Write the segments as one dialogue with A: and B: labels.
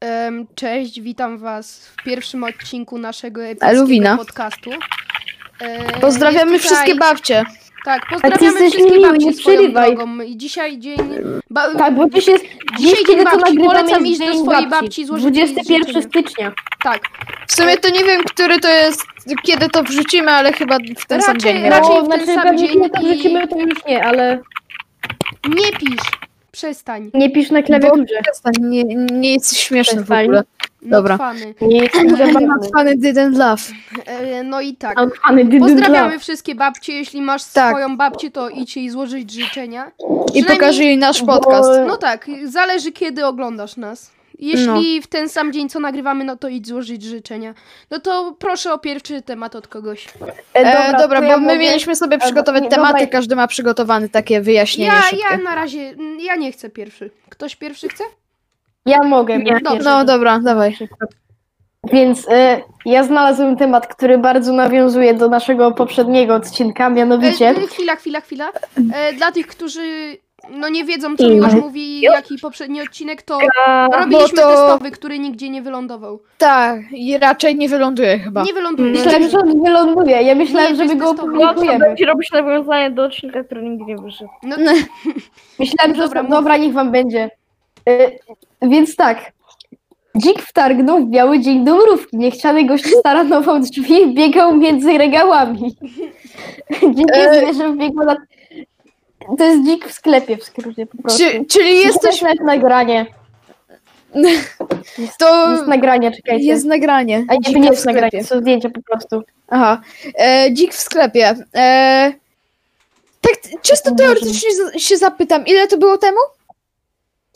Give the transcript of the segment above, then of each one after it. A: Em, Cześć, witam was w pierwszym odcinku naszego epickiego
B: Luwina.
A: podcastu. E,
B: Pozdrawiamy
A: jest tutaj-
B: wszystkie babcie.
A: Tak,
C: ty
A: pozdrawiamy
C: jesteś
A: wszystkie
C: miły,
A: babci
C: nie
A: swoją
C: przerywaj.
A: drogą. I dzisiaj dzień... Ba...
C: Tak, bo dziś jest
A: Dzisiaj
C: dziś,
A: dzień
C: kiedy to
A: babci.
C: nagrywam,
A: Polecam
C: jest
A: iść do
C: dzień
A: swojej babci,
C: babci.
A: złożyć jej
C: 21
A: życzenia.
C: stycznia.
A: Tak,
B: W sumie to nie wiem, który to jest, kiedy to wrzucimy, ale chyba w ten sam
A: Raczej-
B: dzień.
A: raczej-
B: Raczej...
A: w ten
C: no, znaczy,
A: sam
C: pewnie
A: dzień
C: nie to
A: i-
C: wrzucimy, to już nie, ale
A: nie pisz, przestań,
C: nie pisz na klawiaturze.
B: No, Nie, nie jesteś śmieszny w
C: Fajnie.
B: ogóle.
A: No,
B: Dobra.
A: Notfany.
C: Nie jestem zabawny.
B: Not funny didn't laugh.
A: E, No i tak.
C: Outfany, dydydla.
A: Pozdrawiamy wszystkie babcie, jeśli masz
B: Tak.
A: swoją babcię, to idź jej złożyć życzenia.
B: I
A: Przynajmniej-
B: pokażę jej nasz
C: Bo-
B: podcast.
A: No tak, zależy kiedy oglądasz nas. Jeśli w ten sam dzień co nagrywamy, no to idź złożyć życzenia. No to proszę o pierwszy temat od kogoś.
C: E,
B: E, dobra,
C: to
B: bo
C: ja
B: my
C: mówię-
B: mieliśmy sobie
C: Albo-
B: przygotować
C: nie,
B: tematy,
C: dobra.
B: każdy ma przygotowany takie wyjaśnienie
A: Ja,
B: szybkie.
A: ja na razie, mm, ja nie chcę pierwszy. Ktoś pierwszy chce?
C: Ja mogę. bo
A: Dobrze.
C: pierwszy.
B: No dobra, dawaj.
C: Więc e, ja znalazłem temat, który bardzo nawiązuje do naszego poprzedniego odcinka, mianowicie...
A: E, chwila, chwila, chwila. E, dla tych, którzy no nie wiedzą, co
C: I-
A: Miłosz mówi, jaki poprzedni odcinek, to robiliśmy
B: to-
A: testowy, który nigdzie nie wylądował.
B: Tak, i raczej nie wyląduje chyba.
A: Nie wyląduje. Znaczy,
C: Myślałem, że on wyląduje. Ja myślałem,
A: Nie,
C: że my
A: to
C: go
A: jest testowy.
C: opublikujemy.
D: robić nawiązanie do odcinka, który nigdy nie wyszedł.
A: No,
C: Myślałem, że
A: Dobra,
C: dobra,
A: mów.
C: dobra niech wam będzie. Y, więc tak. Dzik wtargnął w biały dzień do mrówki. Niechciany gość staranował drzwi i biegał między regałami. Dzikie
B: E.
C: zwierzę wbiegło na... To jest dzik w sklepie w skrócie po prostu.
B: Czy, czyli jesteś...
C: Jest nagranie.
B: To
C: Jest nagranie, czekajcie.
B: jest nagranie.
C: A nie,
B: Dzika
C: nie
B: w
C: jest nagranie,
B: sklepie.
C: są zdjęcia po prostu.
B: Aha. E, dzik w sklepie. E, tak t- czysto teoretycznie z- się zapytam, ile to było temu?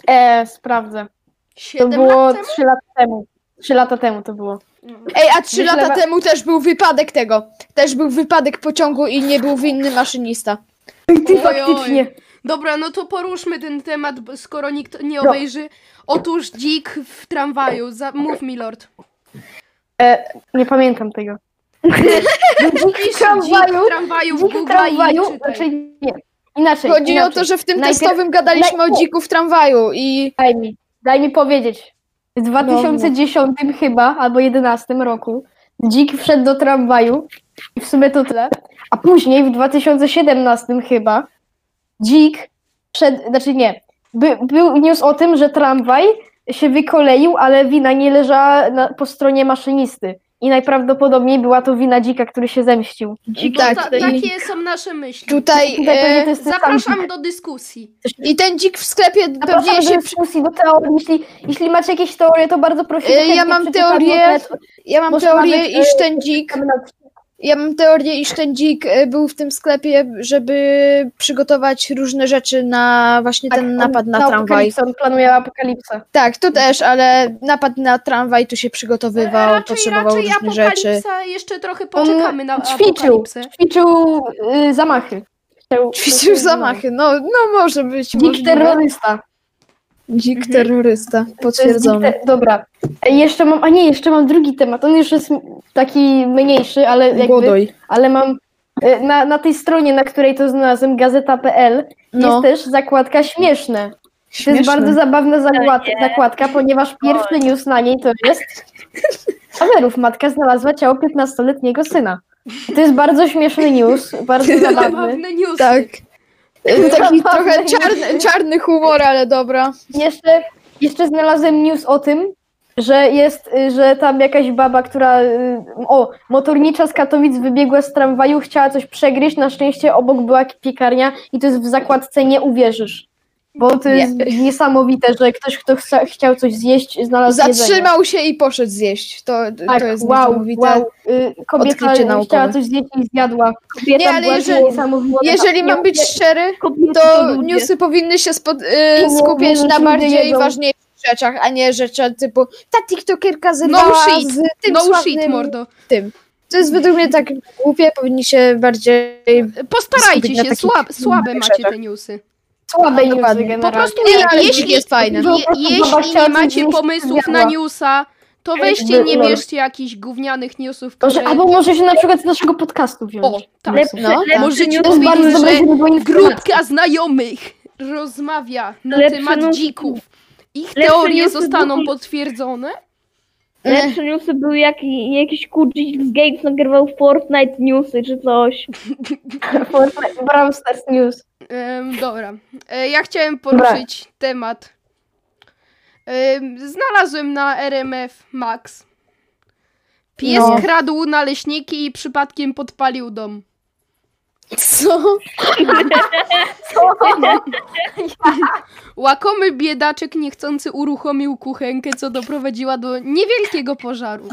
C: E, sprawdzę. To
A: siedem
C: było
A: lat temu?
C: 3 lata temu. 3 lata temu to było.
B: Ej, a trzy
C: Myślę,
B: lata
C: że-
B: temu też był wypadek tego. Też był wypadek pociągu i nie był winny maszynista.
A: Oj, oj. faktycznie. Dobra, no to poruszmy ten temat, bo skoro nikt nie
C: No.
A: obejrzy. Otóż dzik w tramwaju. Za... Mów mi, lord.
C: Nie pamiętam tego.
A: Pisz dzik
C: tramwaju-
A: w tramwaju w
C: Dzik w
A: Google tramwaju, i
C: tramwaju,
A: czytaj.
C: znaczy nie. Inaczej.
B: Chodzi
C: inaczej.
B: o to, że w tym
C: Najpierw-
B: testowym gadaliśmy o
C: najpierw-
B: dziku w tramwaju i
C: Daj mi, daj mi powiedzieć.
B: No,
C: W 2010 chyba, albo 11 roku dzik wszedł do tramwaju i w sumie to tyle. A później w 2017 chyba dzik wszedł, znaczy nie, by, był news o tym, że tramwaj się wykoleił, ale wina nie leżała na, po stronie maszynisty. I najprawdopodobniej była to wina dzika, który się zemścił.
A: To
B: tak,
A: ta,
B: i-
A: takie są nasze myśli.
B: tutaj...
C: Tutaj pewnie to
B: E,
C: jest ten sam dzik.
A: Zapraszam do dyskusji.
B: I ten dzik w sklepie pewnie
C: Zapraszam do
B: się... Przy...
C: dyskusji, do teorii. Jeśli, jeśli macie jakieś teorie, to bardzo
B: E,
C: prosimy.
B: ja
C: chętnie
B: mam
C: przeczytam
B: teorię,
C: notatki.
B: ja mam
C: Może
B: teorię,
C: nawet,
B: iż ten dzik...
C: Tam na-
B: Ja mam teorię, iż ten dzik e, był w tym sklepie, żeby przygotować różne rzeczy na właśnie ten
C: tak, on-
B: napad na tramwaj.
C: apokalipsę, On planuje apokalipsę.
B: Tak, tu też, ale napad na tramwaj tu się przygotowywał,
A: Raczej,
B: potrzebował
A: raczej
B: różnych
A: apokalipsa,
B: rzeczy.
A: jeszcze trochę poczekamy na
C: ćwiczył,
A: apokalipsę.
C: ćwiczył y, zamachy. Chciał-
B: Ćwiczył zamachy, no, no może być.
C: Dzik
B: możliwe.
C: terrorysta.
B: Dzik terrorysta,
C: To jest dzik
B: potwierdzony.
C: ter- Dobra. E, Jeszcze mam, a nie, jeszcze mam drugi temat. On już jest m- taki mniejszy, ale jakby,
B: Godoj.
C: ale mam e, na, na tej stronie, na której to znalazłem, gazeta.pl,
B: No,
C: jest też zakładka śmieszne. To
B: śmieszne.
C: jest bardzo zabawna zagład- zakładka, ponieważ pierwszy news na niej to jest Amerów, matka znalazła ciało 15-letniego syna. To jest bardzo śmieszny news, bardzo zabawny.
A: Zabawne newsy.
B: Tak. E, Taki
C: Zabawny
B: trochę
C: news.
B: czarny, czarny humor, ale dobra.
C: Jeszcze, jeszcze znalazłem news o tym, że jest, y, że tam jakaś baba, która, y, o, motornicza z Katowic wybiegła z tramwaju, chciała coś przegryźć, na szczęście obok była piekarnia i to jest w zakładce nie uwierzysz. Bo to
B: Nie.
C: jest niesamowite, że ktoś, kto chce, chciał coś zjeść, znalazł jedzenie.
B: Zatrzymał się i poszedł zjeść. To, to jest niesamowite.
C: Tak, Y, Kobieta
B: odkrycie
C: chciała
B: naukowe.
C: coś zjeść i zjadła. Kobieta
B: Nie, ale
C: była
B: jeżeli-
C: niesamowita.
B: Jeżeli mam być szczery,
A: No
B: to newsy powinny się spod, y,
C: Nie,
B: skupiać
C: nie,
B: na
C: nie
B: bardziej
C: jedzą.
B: ważniejszych rzeczach, a nie rzeczach typu ta tiktokerka zerwała
A: No shit,
B: z tym
A: No
B: sławnym
A: shit, mordo.
B: tym. To jest według mnie tak głupie, powinni się bardziej...
A: Postarajcie
B: Skupić na
A: się,
B: takich
A: słab, słabe
B: innych
A: macie
B: rzeczach.
A: te newsy.
C: Słabe newsy
B: Dokładnie.
C: generalnie.
A: Po prostu
B: Nie, ale No, dzik
A: jeśli,
B: jest fajny.
A: je, jeśli nie
C: chciała coś
A: macie
C: zjeść,
A: pomysłów na
C: zjadła.
A: newsa, to
C: Jakby,
A: weźcie, nie
C: no.
A: bierzcie jakichś gównianych newsów,
C: Może,
A: które...
C: albo może się na przykład z naszego podcastu wziąć.
A: O, tak.
B: No, tak.
A: Możecie
C: To jest bardzo
A: powiedzieć,
C: dobre
A: że
C: źródło informacji.
A: grupka znajomych rozmawia na
D: Lepsze
A: temat
D: newsy.
A: dzików. Ich
D: Lepsze
A: teorie
D: newsy
A: zostaną
D: były-
A: potwierdzone?
B: Ech,
D: Lepsze newsy były jak jakiś kurczyk z Games nagrywał Fortnite newsy czy coś.
C: Fortnite, Brawl Stars News.
A: Em, dobra. E, ja chciałem
C: Dobra.
A: poruszyć temat. Em, znalazłem na RMF Max. Pies
C: No.
A: kradł naleśniki i przypadkiem podpalił dom.
B: Co?
A: Łakomy biedaczek niechcący uruchomił kuchenkę, co doprowadziła do niewielkiego pożaru.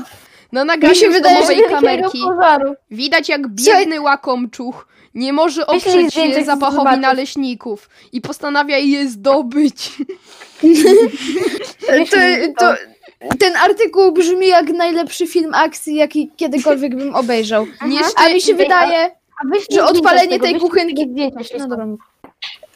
A: Na nagraniu
B: Mi się
A: z
B: wydaje,
A: domowej
C: Wielkiego
A: kamerki
C: pożaru.
A: widać jak
B: Słuchaj-
A: biedny łakomczuch nie może
C: Wyślij
A: oprzeć się
C: zdjęcie, chcę
A: zapachowi
C: zobaczyć.
A: naleśników i postanawia je zdobyć.
B: To, to, ten artykuł brzmi jak najlepszy film akcji, jaki kiedykolwiek bym obejrzał. A mi się
C: Ej, a-
B: wydaje,
C: A wyślij
B: że
C: zdjęcia
B: odpalenie
C: z tego,
B: tej
C: wyślij
B: kuchenki-
C: takie Zdjęcia się
B: No
C: no
B: dobra.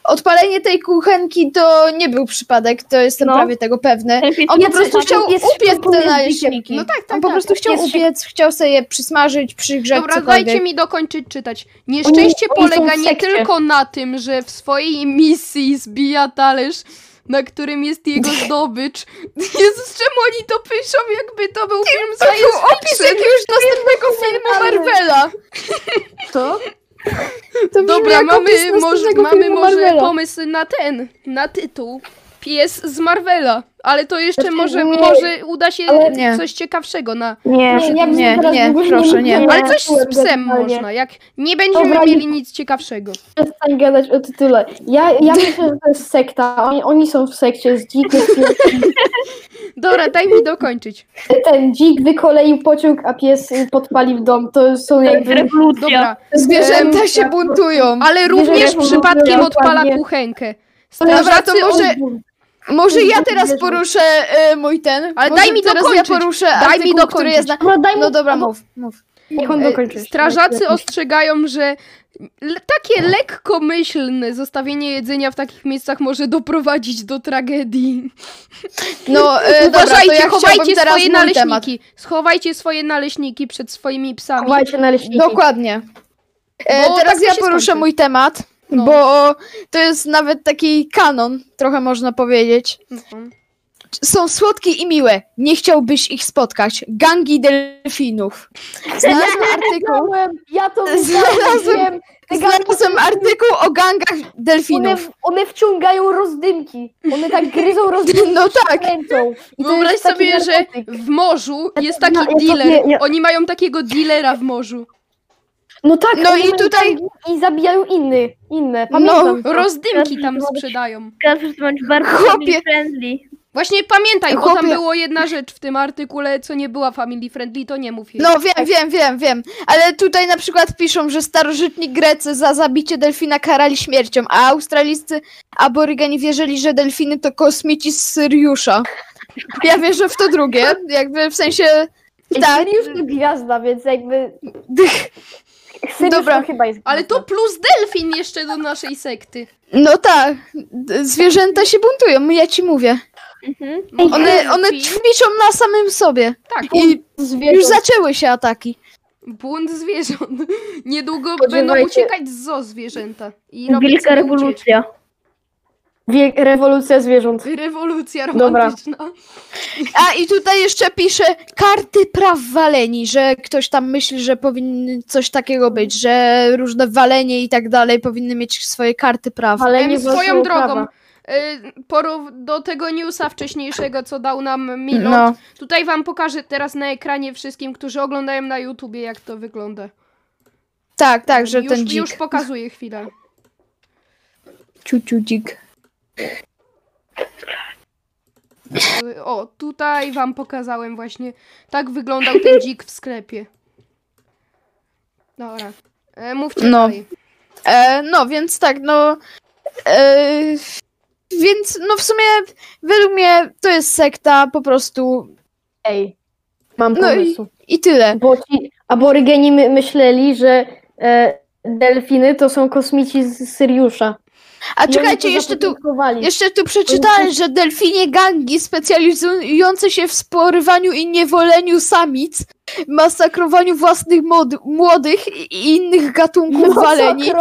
B: odpalenie tej kuchenki to nie był przypadek, to jestem
D: No.
B: prawie tego pewny.
D: Ten pies
B: On po
D: jest
B: prostu
D: taki-
B: chciał
C: pies
B: upiec
C: szkoduje
B: te naleśniki.
A: No tak, tak,
B: On po
A: tak.
B: prostu chciał
C: Pies się-
B: upiec, chciał sobie je przysmażyć, przygrzać,
A: Dobra,
B: cokolwiek.
A: dajcie mi dokończyć czytać. Nieszczęście
C: Oni- oni są
A: polega
C: w
A: nie
C: sekcie.
A: tylko na tym, że w swojej misji zbija talerz, na którym jest jego zdobycz. Jezus, czemu oni to piszą, jakby to był film
B: No
A: science
B: opis jakiegoś następnego filmu Marvela.
C: Co?
B: To
C: No
B: brzmi
A: Dobra,
B: jak opis
A: mamy,
B: następnego
A: może, mamy
B: filmu
A: może
B: Marvela.
A: pomysł na ten, na tytuł. Pies z Marvela, ale to jeszcze
C: Znaczy,
A: może,
C: nie,
A: może uda się
C: ale
B: nie.
A: coś ciekawszego na...
C: Nie, ja bym
B: nie,
C: teraz
B: nie,
C: w ogóle
B: proszę,
C: mówiła.
B: nie.
A: Ale coś z
C: Czułem
A: psem
C: generalnie.
A: można, jak nie będziemy
C: Dobra, nie-
A: mieli nic ciekawszego.
C: Przestań gadać o tytule. Ja, ja myślę, że to jest sekta. Oni, oni są w sekcie z dzik.
A: Dobra, daj mi dokończyć.
C: Ten dzik wykoleił pociąg, a pies podpalił dom. To są jakby...
D: Rewolucja.
A: Dobra,
B: Zwierzęta się
C: tak.
B: buntują.
A: Ale również
C: Jeżeli
A: przypadkiem
C: mówią,
A: odpala
C: dokładnie.
A: kuchenkę.
B: Dobra, to
A: Strażacy
B: może, może ja teraz
C: Zwierzę.
B: poruszę e, mój ten.
A: Ale
B: może
A: daj mi
B: teraz
A: dokończyć.
B: ja poruszę
A: Daj mi
B: artykuł,
A: dokończyć.
B: który jest na...
C: Dobra, daj mu,
B: No dobra, mów, mów.
C: Niech on
A: e,
C: dokończy.
A: strażacy ostrzegają, że le- takie lekkomyślne zostawienie jedzenia w takich miejscach może doprowadzić do tragedii.
B: No, e, dobra, to
A: Uważajcie,
B: ja
A: chowajcie
B: chciałbym teraz
A: swoje
B: mój temat.
A: naleśniki. Schowajcie swoje naleśniki przed swoimi psami.
C: Chowajcie naleśniki.
B: Dokładnie.
A: Bo
B: E, teraz
A: tak to
B: ja
A: się
B: poruszę
A: skończy.
B: mój temat,
A: No.
B: bo to jest nawet taki kanon, trochę można powiedzieć.
A: Mhm.
B: Są słodkie i miłe. Nie chciałbyś ich spotkać. Gangi delfinów. Znalazłem artykuł,
C: Ja to
B: Znalazłem-
C: wiem. Te gangi
B: znalazłem artykuł o gangach
C: One,
B: delfinów.
C: one wciągają rozdymki. One tak gryzą rozdymki.
B: No tak.
C: Kręcą. I to
A: Wyobraź
C: jest taki
A: sobie, że
C: narkotyk.
A: w morzu jest
C: Ja- ja
A: taki
C: to
A: dealer.
C: wie- ja-
A: Oni mają takiego dealera w morzu.
C: No tak,
B: No
C: one
B: i
C: mają
B: tutaj-
C: gangi I zabijają inny, inne.
B: No,
C: Pamiętam. to.
A: Rozdymki tam sprzedają.
D: Kasper, ty masz bardzo
B: Chłopie.
D: family friendly.
A: Właśnie pamiętaj, bo tam
B: Chłopie-
A: było jedna rzecz w tym artykule, co nie była family friendly, to nie mów jej.
B: No wiem, wiem, wiem, wiem. Ale tutaj na przykład piszą, że starożytni Grecy za zabicie delfina karali śmiercią, a australijscy aborygeni wierzyli, że delfiny to kosmici z Syriusza. Ja wierzę w to drugie, jakby w sensie...
C: Ej,
B: Tak,
C: Sirius to gwiazda, więc jakby...
B: Dych.
C: Sirius
B: Dobra,
C: to chyba jest
A: Ale to
C: gwiazda.
A: plus delfin jeszcze do naszej sekty.
B: no tak, d- zwierzęta się buntują, ja ci mówię.
C: Ej,
B: One, one
A: Delfin?
B: ćwiczą na samym sobie
A: Tak,
B: i
C: zwierząt.
B: już zaczęły się ataki.
A: błąd zwierząt. Niedługo będą
C: Spodziewajcie-
A: uciekać z zoo zwierzęta. I robić
D: Wielka
A: sobie
D: rewolucja.
C: Wie, rewolucja zwierząt.
A: ucieczki. Rewolucja
C: Dobra.
A: romantyczna.
B: A i tutaj jeszcze pisze karty praw waleni, że ktoś tam myśli, że powinny coś takiego być, że różne walenie i tak dalej powinny mieć swoje karty praw.
C: Ale nie
A: Em, swoją
C: zwróciło
A: drogą,
C: prawa.
A: y, porów do tego newsa wcześniejszego, co dał nam Milot.
B: No,
A: Tutaj wam pokażę teraz na ekranie wszystkim, którzy oglądają na YouTubie, jak to wygląda.
B: tak, tak, że
A: już,
B: ten dzik.
A: Już pokazuję chwilę.
B: Ciuciu dzik.
A: Y, O, tutaj wam pokazałem właśnie. Tak wyglądał ten dzik w sklepie. Dobra. E, mówcie
B: No.
A: dalej.
B: E, no, więc tak, no... E, więc, no w sumie, według mnie to jest sekta po prostu
C: Ej, mam
B: No i-
C: pomysł.
B: i tyle.
C: Bo ci aborygeni my myśleli, że e, delfiny to są kosmici z Syriusza.
B: A
C: I
B: czekajcie,
C: oni to
B: jeszcze tu,
C: zapoczątkowali.
B: jeszcze tu przeczytałem, że delfinie gangi specjalizujące się w sporywaniu i niewoleniu samic, masakrowaniu własnych mod- młodych i innych
C: No
B: gatunków waleni,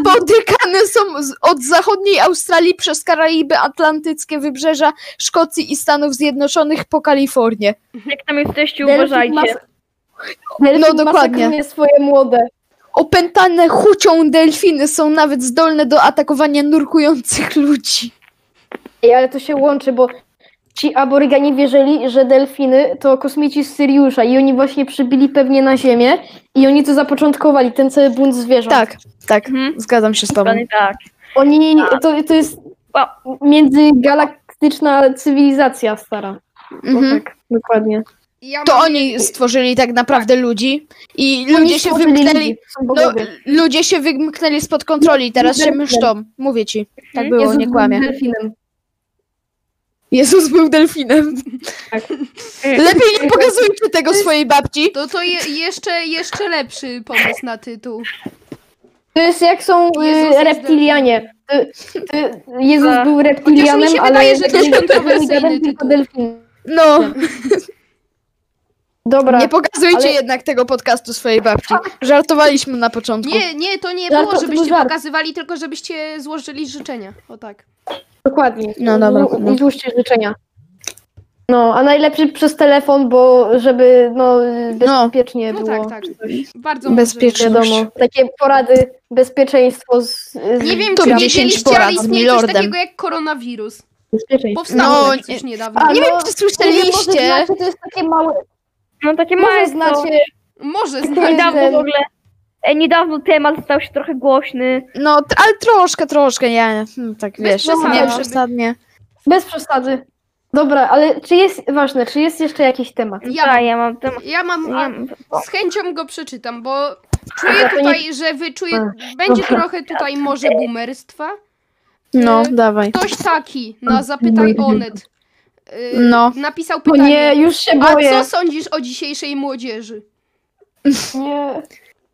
B: spotykane są z- od zachodniej Australii przez Karaiby, Atlantyckie Wybrzeża, Szkocji i Stanów Zjednoczonych po Kalifornię.
D: Jak tam jesteście,
C: Delfin
D: uważajcie.
C: mas- Delfin
B: No, dokładnie.
C: masakruje swoje młode.
B: Opętane chucią delfiny są nawet zdolne do atakowania nurkujących ludzi.
C: Ej, ale to się łączy, bo ci aborygani wierzyli, że delfiny to kosmici z Syriusza i oni właśnie przybili pewnie na Ziemię i oni to zapoczątkowali, ten cały bunt zwierząt.
B: Tak, tak,
D: Mhm.
B: zgadzam się z tobą.
D: Dokładnie tak.
C: Oni,
A: Tak.
C: to, to jest międzygalaktyczna cywilizacja stara. No
B: Mhm.
C: tak, dokładnie.
A: Ja
B: To
A: mam-
B: oni stworzyli tak naprawdę ludzi i ludzie
C: Oni
B: się
C: stworzyli
B: wymknęli.
C: ludzi, są
B: No,
C: bogowie.
B: ludzie się wymknęli spod kontroli, teraz się
C: Delfinem.
B: mszczą. Mówię ci. Tak
D: Mhm.
B: było,
C: Jezus
B: nie
C: był
B: kłamie.
C: delfinem.
B: Jezus był delfinem.
C: Tak.
B: Lepiej nie pokazujcie tego swojej babci.
A: To to je, jeszcze, jeszcze lepszy pomysł na tytuł.
C: To jest jak są y,
A: Jezus jest Tak.
C: reptilianie. Y, y, Jezus
D: Ach.
C: był reptilianem,
A: Chociaż mi się
C: ale
A: wydaje, że to jest
C: nie
A: kontrowersyjny
C: tylko
A: tytuł.
C: delfin.
B: No,
C: Dobra.
B: nie pokazujcie
C: Ale-
B: jednak tego podcastu swojej babci. Żartowaliśmy na początku.
A: Nie, nie, to nie
C: Żart,
A: było,
C: to- to był
A: żebyście
C: żart.
A: pokazywali, tylko żebyście złożyli życzenia. O tak.
C: Dokładnie.
B: No dobra,
C: Zł-
B: no.
C: Złóżcie życzenia. No, a najlepiej przez telefon, bo żeby no, y,
B: No.
C: bezpiecznie
A: No
C: było.
A: tak, tak. Bardzo mądrze.
B: Bezpiecznie.
C: Wiadomo, takie porady bezpieczeństwo z, z
A: Nie wiem,
B: Mhm. To
A: czy
B: 10
A: wiedzieliście, ale
B: porad z
A: istnieje coś
B: milordem.
A: takiego jak koronawirus.
C: bezpieczeństwa.
A: Powstało
B: No,
A: tak coś niedawno.
C: a-
B: Nie wiem,
C: no,
B: czy
C: Nie wiem, może
B: słyszeliście.
C: znacie, to jest takie małe.
D: No takie małe
C: Może
D: jest to.
C: znacie.
A: Może
C: jest-
A: znajdę.
D: Niedawno
C: ten-
D: w ogóle. e, Niedawno temat stał się trochę głośny.
B: No, tr- ale troszkę, troszkę, ja hmm, tak
A: Bez
B: wiesz,
C: no,
A: przesady,
B: nie
A: żeby-
B: przesadnie.
C: Bez przesady. Dobra, ale czy jest ważne, czy jest jeszcze jakiś temat?
A: Ja
D: A,
A: mam,
D: ja mam temat.
A: ja mam
D: Ja
A: a,
D: mam.
A: z chęcią go przeczytam, bo czuję
C: to nie-
A: tutaj, że wyczuję, będzie trochę tutaj może boomerstwa.
B: No,
A: Y,
B: dawaj.
A: Ktoś taki na
C: no,
A: Zapytaj Onet y,
B: No.
A: napisał
C: O
A: pytanie.
C: nie, już się
A: A
C: boję.
A: co sądzisz o dzisiejszej młodzieży?
C: Nie.
A: Są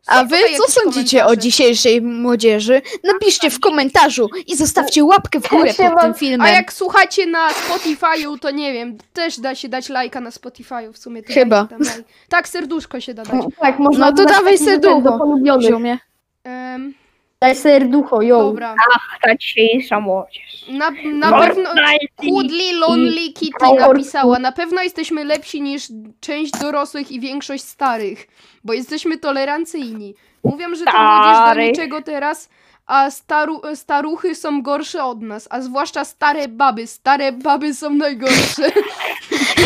B: A wy
A: tutaj
B: co
A: jakieś
B: sądzicie o
A: komentarze?
B: dzisiejszej młodzieży? Napiszcie w komentarzu i zostawcie łapkę w górę pod
C: Siema.
B: tym
A: A
B: filmem. No,
A: jak słuchacie na Spotify'u, to nie wiem, też da się dać lajka na Spotify'u w sumie. to
B: Chyba.
A: dajcie tam lajk. Tak, serduszko się da dać.
C: Tak, można
B: No to
C: dodać
B: dawaj
C: taki numer
B: serducho,
C: do polubionych.
B: Ziomie.
A: Em,
C: Daj serducho, yo.
A: dobra.
D: Ta dzisiejsza młodzież.
A: Na, na pewno
D: Fortnite.
A: Kudli Lonely Kitty
C: Power-
A: napisała, na pewno jesteśmy lepsi niż część dorosłych i większość starych, bo jesteśmy tolerancyjni. Mówią, że to młodzież do
D: Starych.
A: niczego teraz, a staru, staruchy są gorsze od nas, a zwłaszcza stare baby. Stare baby są najgorsze.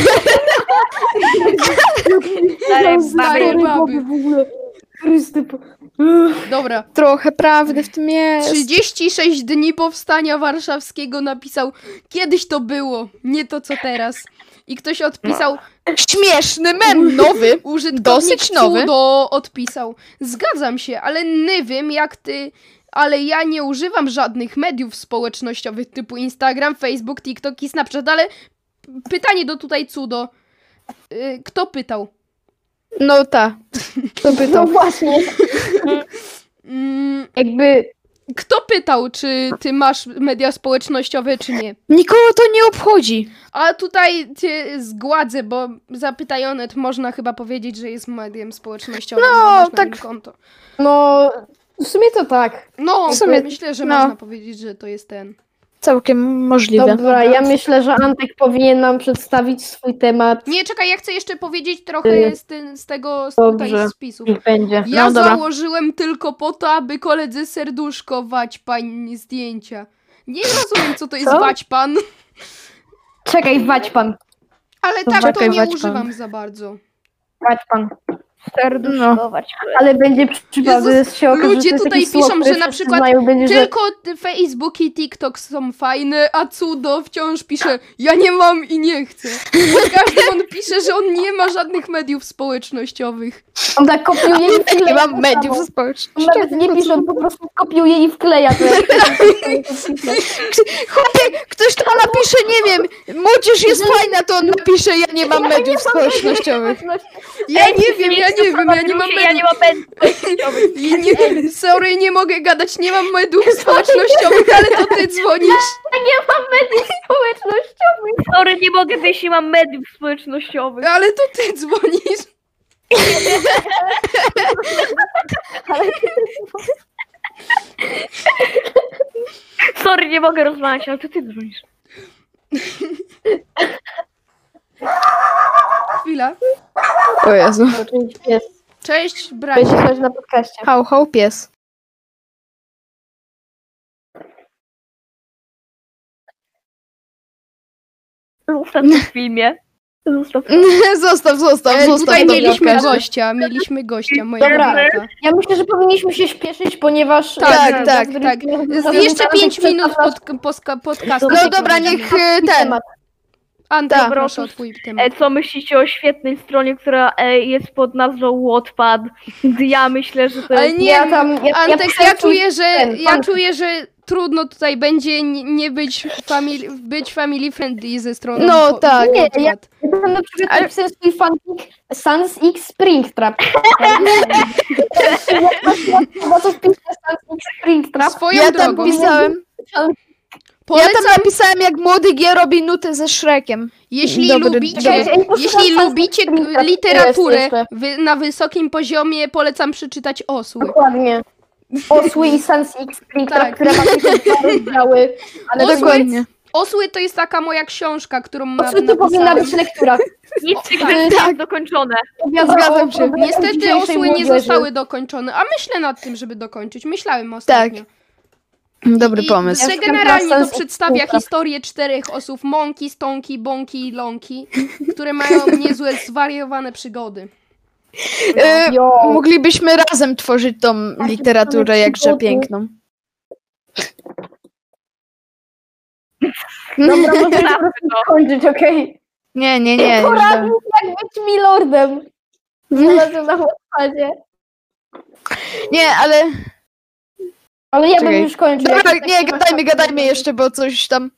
D: Stare
A: Stare
D: baby.
A: baby.
C: w ogóle. Chrysty, po-
A: Dobra.
B: Trochę prawdy w tym jest.
A: 36 dni powstania warszawskiego napisał, kiedyś to było, nie to co teraz. I ktoś odpisał,
B: Śmieszny
C: Mm.
B: mem, nowy.
A: Użytkownik
B: No, Dosyć nowy.
A: Cudo odpisał. Zgadzam się, ale nie wiem jak ty, ale ja nie używam żadnych mediów społecznościowych typu Instagram, Facebook, TikTok i Snapchat, ale pytanie do tutaj Cudo. Y, Kto pytał?
B: No
C: tak.
B: ta. To by
C: No
B: to.
C: właśnie,
A: Mm,
C: jakby
A: Kto pytał, czy ty masz media społecznościowe, czy nie?
B: Nikogo to nie obchodzi.
A: A tutaj cię zgładzę, bo zapytajonet można chyba powiedzieć, że jest medium społecznościowym.
B: No,
A: a masz na
B: tak.
A: nim Konto.
C: No, w sumie to tak.
A: No,
B: W sumie-
A: myślę, że
B: no.
A: można powiedzieć, że to jest ten.
B: Całkiem możliwe.
C: Dobra, ja myślę, że Antek powinien nam przedstawić swój temat.
A: Nie, czekaj, ja chcę jeszcze powiedzieć trochę
C: Y,
A: z, ty, z tego z
C: dobrze.
A: tutaj spisu.
C: Niech będzie.
A: Ja
B: no dobra.
A: założyłem tylko po to, aby koledzy serduszkować pani zdjęcia. Nie rozumiem, co to jest
C: Co?
A: wać pan,
C: Czekaj, wać pan.
A: ale
B: To
A: tak to
B: czekaj,
A: nie
B: wać
A: używam
B: pan.
A: za bardzo.
C: Wać pan. No.
D: Serduszkować.
C: Ale będzie przypadek, że
A: Jezus,
C: się okaże,
A: ludzie
C: że to jest
A: tutaj
C: jakieś słowo,
A: piszą,
C: które
A: że na
C: wszyscy
A: przykład
C: Znają, będzie, że...
A: Tylko te Facebook i TikTok są fajne, a cudo wciąż pisze, ja nie mam i nie chcę. Bo Każdy on pisze, że on nie ma żadnych mediów społecznościowych.
C: On tak kopiuje i wkleja.
B: Nie
C: to
B: mam
C: samo.
B: mediów
C: On nawet nie
B: społecznościowych.
C: pisze, on po prostu kopiuje i wkleja. To jak...
B: Chłopie, ktoś tam napisze, nie wiem, młodzież jest fajna, to on napisze, ja nie mam mediów społecznościowych.
A: Ja nie wiem, ja nie wiem, ja nie mam
D: Ja nie mam pędu.
A: I nie, sorry, nie mogę gadać, nie mam mediów społecznościowych, ale to ty dzwonisz.
C: Nie mam mediów społecznościowych.
D: Sorry, nie mogę wyjść, nie mam mediów społecznościowych.
A: Ale to ty dzwonisz.
D: Sorry, nie mogę rozmawiać, ale to ty dzwonisz.
A: Chwila.
B: O Jezu.
C: To czymś jest.
A: Cześć, bracie.
C: Będzie coś na podcaście.
B: Hał, hał, pies.
D: Zostaw to w filmie. Zostaw to.
B: zostaw, zostaw,
A: E,
B: zostaw.
A: tutaj
B: to
A: mieliśmy
B: podcast.
A: gościa, mieliśmy gościa mojego
C: Dobra.
A: brata.
C: Ja myślę, że powinniśmy się śpieszyć, ponieważ...
A: Tak,
C: e,
B: tak,
C: zazwy-
A: tak.
C: zazwy-
A: Jeszcze
C: zazwy-
A: 5
C: zazwy-
A: minut pod, podca- podcastu.
B: No dobra, niech e, ten.
A: Antek,
B: tak.
A: proszę o twój temat.
D: E, co myślicie o świetnej stronie, która e, jest pod nazwą Wattpad? Ja myślę, że to
A: Ale
D: jest...
A: nie,
C: Ja tam... Ja,
A: Antek, ja czuję, że,
C: ten,
A: ja
C: pan-
A: czuję, że trudno tutaj będzie nie, nie być, family, być family friendly ze strony.
B: No
A: po-
B: tak.
A: Wattpad.
C: Nie, ja- Ja tam na przykład
B: Ale-
C: napisałem swój fanfic Sans X Springtrap. Chyba to wpiszę Sans X Springtrap.
A: Swoją
B: Ja tam
A: drogą.
B: pisałem. Ja
A: Polecam,
B: tam napisałem, jak młody G robi nuty ze Szrekiem.
A: jeśli
B: Dobry
A: lubicie,
B: dzień.
C: Czekajcie, ej, posłucham
A: jeśli
C: Sans X
A: lubicie
C: Springtrap.
A: literaturę
C: Jest jeszcze.
A: wy, na wysokim poziomie, polecam przeczytać Osły.
C: Dokładnie. Osły i Sans X Springtrap,
A: Tak.
C: które ma tylko dwa rozdziały. Ale
A: Osły-
C: No dokładnie.
A: Osły to jest taka moja książka, którą na,
C: Osły to powinna być lektura.
D: Nic tych rzeczy nie
B: Tak.
D: jest dokończone.
B: Zgadzam się.
A: Niestety osły nie zostały dokończone, a myślę nad tym, żeby dokończyć. Myślałem
B: Tak.
A: ostatnio.
B: Dobry
A: I
B: pomysł.
A: Że
C: Ja
A: generalnie
C: przepraszam
A: to
C: za
A: przedstawia
C: słówka.
A: historię czterech osób, mąki, stonki, bąki i lonki, które mają niezłe, zwariowane przygody.
B: E,
C: Jo.
B: Moglibyśmy razem tworzyć tą literaturę jakże
C: przygody.
B: piękną. No,
C: Dobra, możemy po prostu skończyć, okej?
B: Nie, nie, nie. już
C: Poradnik, jak być milordem.
B: dam.
C: Znalazłem na chłopadzie.
B: Nie, ale.
C: Ale ja
B: Czekaj.
C: bym tak już kończył.
B: Dobra,
C: Jak-
B: nie,
C: jak-
B: gadajmy, gadajmy jeszcze, bo coś tam.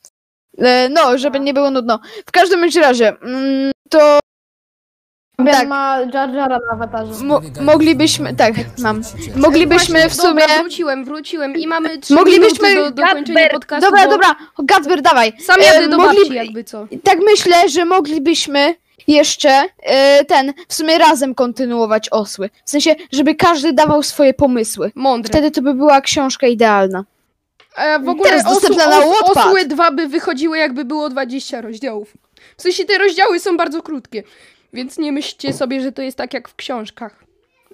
B: E, No, żeby nie było nudno. W każdym bądź razie, mm, to
C: Ben
B: tak. No,
C: ma Jar Jara na awatarze.
B: mo- moglibyśmy. Tak, mam. Moglibyśmy w sumie.
A: Dobra, wróciłem, wróciłem i mamy trzy
B: Moglibyśmy-
A: minuty do dokończenia
D: Gadber,
A: podcastu.
B: Dobra,
A: bo
B: dobra, Gazber, dawaj.
A: Sam jadę
B: E,
A: do
B: mogli-
A: babci, jakby co.
B: Tak myślę, że moglibyśmy jeszcze e, ten, w sumie razem kontynuować osły. W sensie, żeby każdy dawał swoje pomysły.
A: Mądre.
B: Wtedy to by była książka idealna.
A: E, w ogóle
B: Teraz
A: osu,
B: dostępna na
A: os,
B: Wattpad.
A: osły 2 by wychodziły jakby było 20 rozdziałów. W sensie te rozdziały są bardzo krótkie, więc nie myślcie sobie, że to jest tak jak w książkach.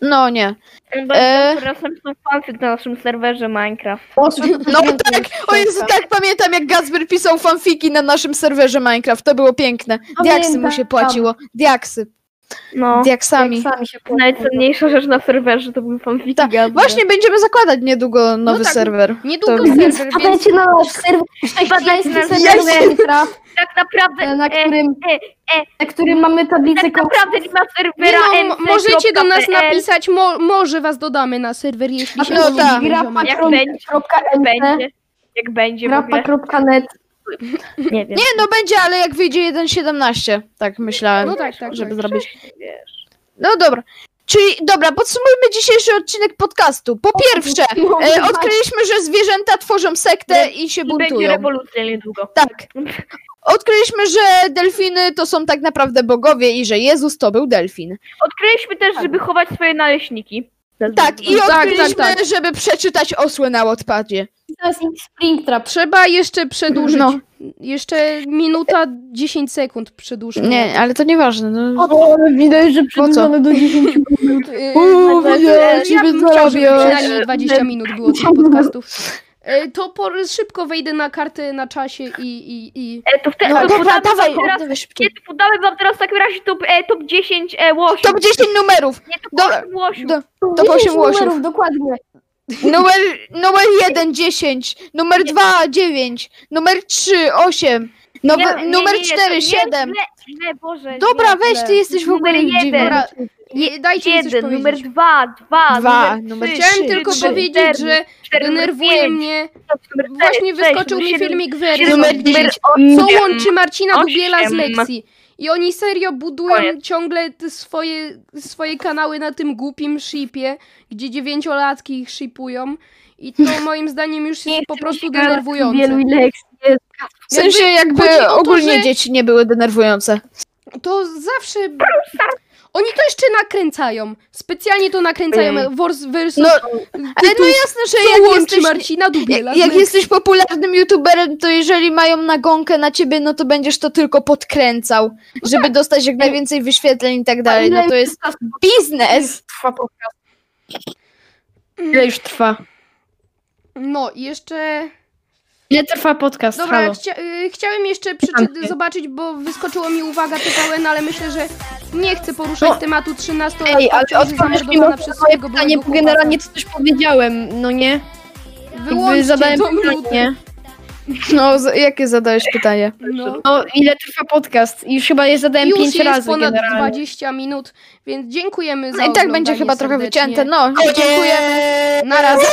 B: No nie. E,
D: Razem są fanfic na naszym serwerze Minecraft.
B: No tak, o Jezu, tak pamiętam jak Gazber pisał fanfiki na naszym serwerze Minecraft, to było piękne. Diaksy mu się
C: Pamiętam.
B: płaciło, diaksy,
D: No.
B: diaksami.
C: Sami się
D: Najcenniejsza rzecz na serwerze to był fanfic.
B: Tak, właśnie będziemy zakładać niedługo nowy
A: tak.
B: serwer.
A: Niedługo
B: To-
A: serwer,
C: Więc
A: więc
C: wpadajcie na nasz serwer
D: Wpadajcie
C: chrześcijański
D: na
C: serwer
B: nasz-
C: Minecraft,
D: Tak naprawdę,
C: na którym,
D: e, e.
C: na którym mamy tablicę
D: tak naprawdę nie ma
A: nie
D: serwera
A: no, m-
D: mc.pl.
A: możecie do nas napisać, mo, może was dodamy na serwer, jeśli się
B: No
A: no,
B: tak.
A: tak.
D: Jak będzie, jak będzie, jak będzie w ogóle.
C: grapa.net.
D: Nie wiem.
B: Nie, no będzie, ale jak wyjdzie 1.17, tak myślałem,
A: No tak, tak.
B: żeby
A: tak.
B: zrobić. No dobra. Czyli, dobra, podsumujmy dzisiejszy odcinek podcastu. Po pierwsze, e, odkryliśmy, że zwierzęta tworzą sektę i się
D: I będzie
B: buntują.
D: rewolucja niedługo.
B: Tak. Odkryliśmy, że delfiny to są tak naprawdę bogowie i że Jezus to był delfin.
D: Odkryliśmy też, żeby chować swoje naleśniki.
B: Tak, i
A: Tak, tak,
B: odkryliśmy,
A: tak.
B: żeby przeczytać osły na Wattpadzie.
C: Teraz ich Springtrap.
A: Trzeba jeszcze przedłużyć.
B: No.
A: Jeszcze minuta 10 sekund przedłużmy.
B: Nie, ale to nieważne. No.
C: Ale widać, że
B: przedłużone
C: do 10
A: Y,
B: Uuu,
A: tak,
B: ja
A: e,
B: cię
A: ja bym chciał, żeby
B: zarobię.
A: przynajmniej 20 minut było tych podcastów. E, To por, szybko wejdę na kartę na czasie i... i, i...
D: E, to wtedy,
B: No,
D: to
B: dobra,
D: podamy
B: dawaj,
D: wam teraz,
B: dawaj szybciej.
D: nie, to podamy wam teraz w takim razie top, e, top 10 e, łosiów.
B: Top 10 numerów.
D: Nie, top
B: Dobra,
D: 8 łosiów.
B: Do, top 8 łosiów.
C: Dokładnie.
B: Numer, numer 1 10, numer 2 9, numer 3 8,
D: Nie,
B: nowe,
D: nie,
B: numer
D: nie, nie,
B: 4
D: nie,
B: 7.
D: źle, źle, Boże,
B: Dobra,
D: źle,
B: weź,
D: źle.
B: ty jesteś w ogóle
D: Numer jeden.
B: dziwny.
A: Dobra, je, dajcie mi coś
D: Jeden, numer
A: powiedzieć.
D: dwa, dwa,
B: Dwa,
D: numer
B: numer
D: trzy.
A: Chciałem
B: trzy,
A: tylko
B: trzy,
A: powiedzieć, że
D: cztery,
A: denerwuje
D: pięć,
A: mnie...
D: numer cztery,
A: Właśnie
D: sześć,
A: wyskoczył
D: numer
A: mi
D: siedem,
A: filmik Wery.
B: Numer
A: Co
B: dziesięć.
A: łączy Marcina Dubiela z
D: osiem.
A: Lexi? I oni serio budują
D: Koniec.
A: ciągle te swoje, swoje kanały na tym głupim shipie, gdzie dziewięciolatki ich shipują. I to moim zdaniem już jest
D: Nie
A: po
D: chcę
A: prostu
D: mi się gadać Wielu
A: denerwujące.
D: ile eks- jest.
B: W sensie jakby
A: chodzi o to,
B: ogólnie
A: że-
B: dzieci nie były denerwujące.
A: To zawsze... Oni to jeszcze nakręcają. Specjalnie to nakręcają. Wars versus...
B: No, Ale no
A: tytuł,
B: jasne, że
A: co
B: jak
A: łączy
B: jesteś,
A: Marcina Dubiela.
B: jak,
A: z
B: jak
A: Nexem?
B: jesteś popularnym youtuberem, to jeżeli mają nagonkę na ciebie, no to będziesz to tylko podkręcał, żeby dostać jak najwięcej wyświetleń i tak dalej. No to jest
D: czasu
B: biznes.
D: trwa podcast?
C: Ile już trwa?
A: No i jeszcze...
C: Ile trwa podcast?
A: Dobra,
C: Halo.
A: chcia- y, chciałem jeszcze przyczy- zobaczyć, bo wyskoczyło mi uwaga TVN, ale myślę, że nie chcę poruszać
C: No.
A: tematu 13
C: Ej, ale
A: ciąży
C: odpowiesz mi
A: zamordowana
C: na
A: przez
C: moje
A: swojego
C: pytanie,
A: byłego
C: bo generalnie to coś powiedziałem, no nie? Jakby zadałem
A: tą
C: pytanie.
B: No, z- jakie zadałeś pytanie?
A: No.
C: No, ile trwa podcast? I już chyba je zadałem
A: Już
C: pięć
A: jest
C: razy
A: ponad
C: generalnie.
A: 20 minut, więc dziękujemy za
B: No i tak będzie
A: oglądanie
B: chyba trochę
A: serdecznie.
B: wycięte, no.
A: Dziękuję. Na razie.